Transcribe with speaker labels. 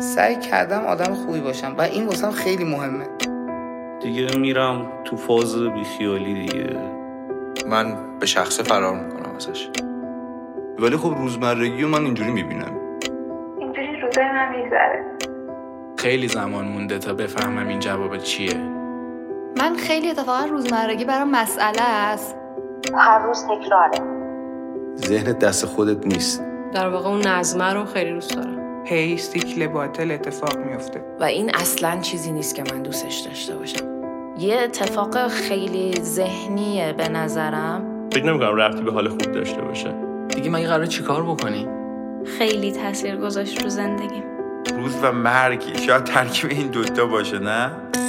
Speaker 1: سعی کردم آدم خوبی باشم و این واسم خیلی مهمه
Speaker 2: دیگه میرم تو فاز بیخیالی دیگه
Speaker 3: من به شخصه فرار میکنم ازش ولی خب روزمرگی رو من اینجوری میبینم
Speaker 4: اینجوری روزای من میگذره
Speaker 5: خیلی زمان مونده تا بفهمم این جواب چیه
Speaker 6: من خیلی اتفاقا روزمرگی برام مسئله است
Speaker 4: هر روز تکراره
Speaker 3: ذهنت دست خودت نیست
Speaker 7: در واقع اون نظمه رو خیلی دوست دارم
Speaker 8: هی سیکل باطل اتفاق میفته
Speaker 9: و این اصلا چیزی نیست که من دوستش داشته باشم یه اتفاق خیلی ذهنیه به نظرم
Speaker 10: فکر نمیکنم ربطی به حال خوب داشته باشه
Speaker 5: دیگه مگه قرار چیکار بکنی
Speaker 11: خیلی تاثیر گذاشت رو زندگیم
Speaker 3: روز و مرگی شاید ترکیب این دوتا باشه نه